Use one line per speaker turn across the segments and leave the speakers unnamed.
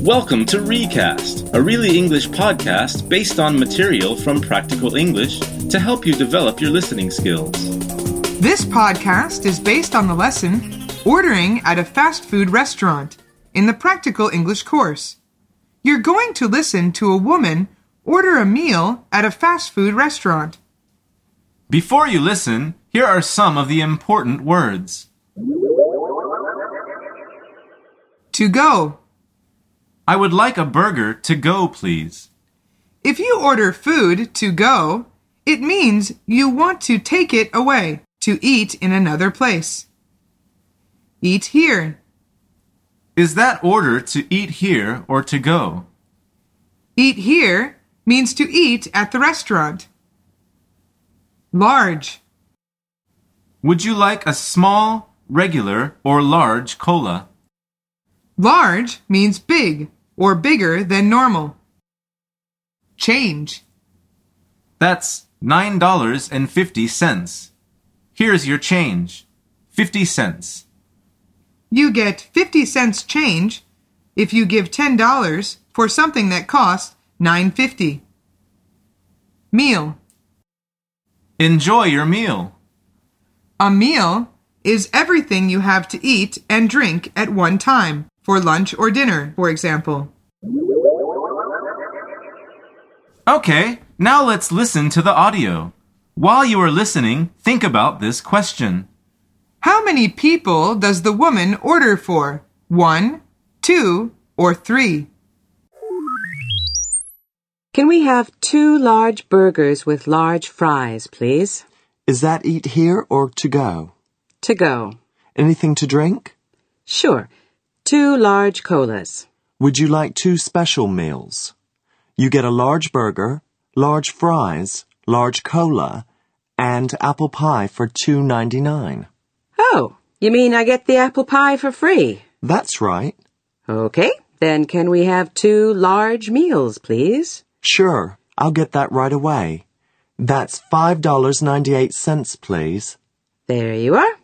Welcome to Recast, a really English podcast based on material from practical English to help you develop your listening skills.
This podcast is based on the lesson Ordering at a Fast Food Restaurant in the Practical English course. You're going to listen to a woman order a meal at a fast food restaurant.
Before you listen, here are some of the important words.
To go.
I would like a burger to go, please.
If you order food to go, it means you want to take it away to eat in another place. Eat here.
Is that order to eat here or to go?
Eat here means to eat at the restaurant. Large.
Would you like a small, regular, or large cola?
Large means big or bigger than normal. Change.
That's $9.50. Here's your change 50 cents.
You get 50 cents change if you give $10 for something that costs 9.50. Meal.
Enjoy your meal.
A meal is everything you have to eat and drink at one time for lunch or dinner, for example.
Okay, now let's listen to the audio. While you are listening, think about this question.
How many people does the woman order for? One, two, or three?
Can we have two large burgers with large fries, please?
Is that eat here or to go?
To go.
Anything to drink?
Sure. Two large colas.
Would you like two special meals? You get a large burger, large fries, large cola, and apple pie for two ninety nine.
Oh, you mean I get the apple pie for free?
That's right.
Okay, then can we have two large meals, please?
Sure, I'll get that right away. That's five dollars ninety eight cents, please.
There you are.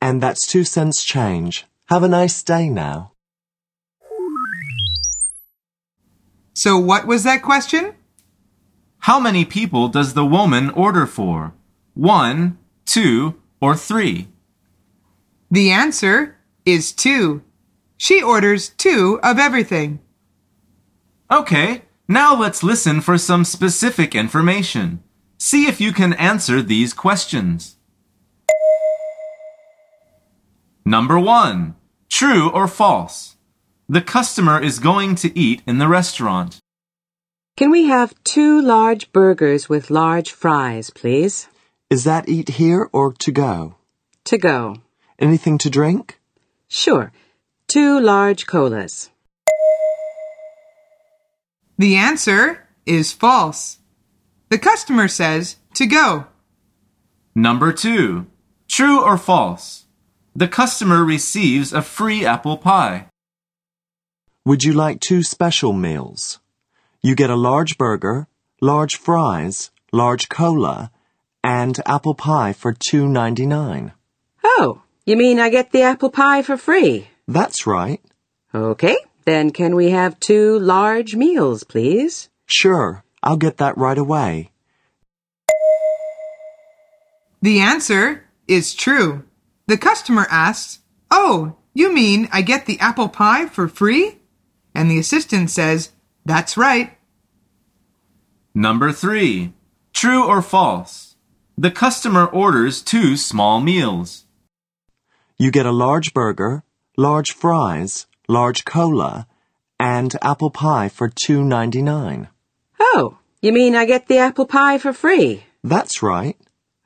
And that's two cents change. Have a nice day now.
So, what was that question?
How many people does the woman order for? One, two, or three?
The answer is two. She orders two of everything.
Okay, now let's listen for some specific information. See if you can answer these questions. Number one, true or false? The customer is going to eat in the restaurant.
Can we have two large burgers with large fries, please?
Is that eat here or to go?
To go.
Anything to drink?
Sure. Two large colas.
The answer is false. The customer says to go.
Number two, true or false? The customer receives a free apple pie.
Would you like two special meals? You get a large burger, large fries, large cola, and apple pie for two ninety nine.
Oh, you mean I get the apple pie for free?
That's right.
Okay, then can we have two large meals, please?
Sure, I'll get that right away.
The answer is true. The customer asks, Oh, you mean I get the apple pie for free? And the assistant says, That's right.
Number three, true or false? The customer orders two small meals.
You get a large burger, large fries, large cola, and apple pie for two ninety nine.
Oh, you mean I get the apple pie for free?
That's right.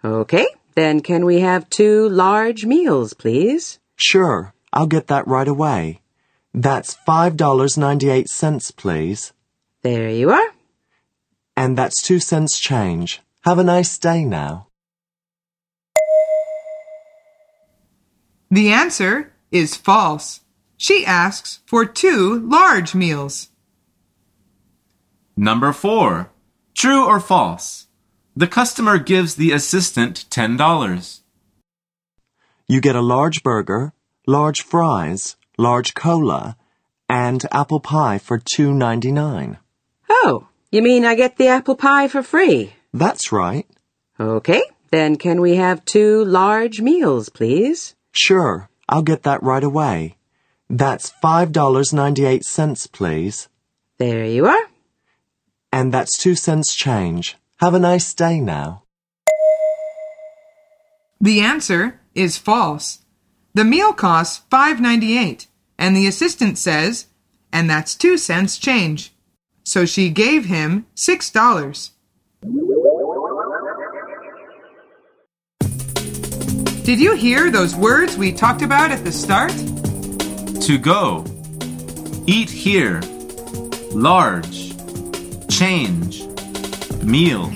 Okay, then can we have two large meals, please?
Sure, I'll get that right away. That's five dollars ninety eight cents, please.
There you are.
And that's two cents change. Have a nice day now.
The answer is false. She asks for two large meals.
Number four, true or false? The customer gives the assistant $10.
You get a large burger, large fries, large cola, and apple pie for 2.99.
Oh, you mean I get the apple pie for free?
That's right.
Okay, then can we have two large meals, please?
Sure, I'll get that right away. That's $5.98, please.
There you are.
And that's 2 cents change. Have a nice day now.
The answer is false. The meal costs $5.98, and the assistant says, and that's 2 cents change. So she gave him $6. Did you hear those words we talked about at the start?
To go. Eat here. Large. Change. Meal.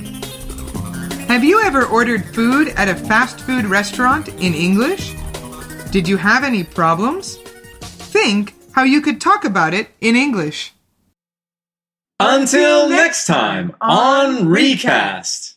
Have you ever ordered food at a fast food restaurant in English? Did you have any problems? Think how you could talk about it in English.
Until next time on Recast.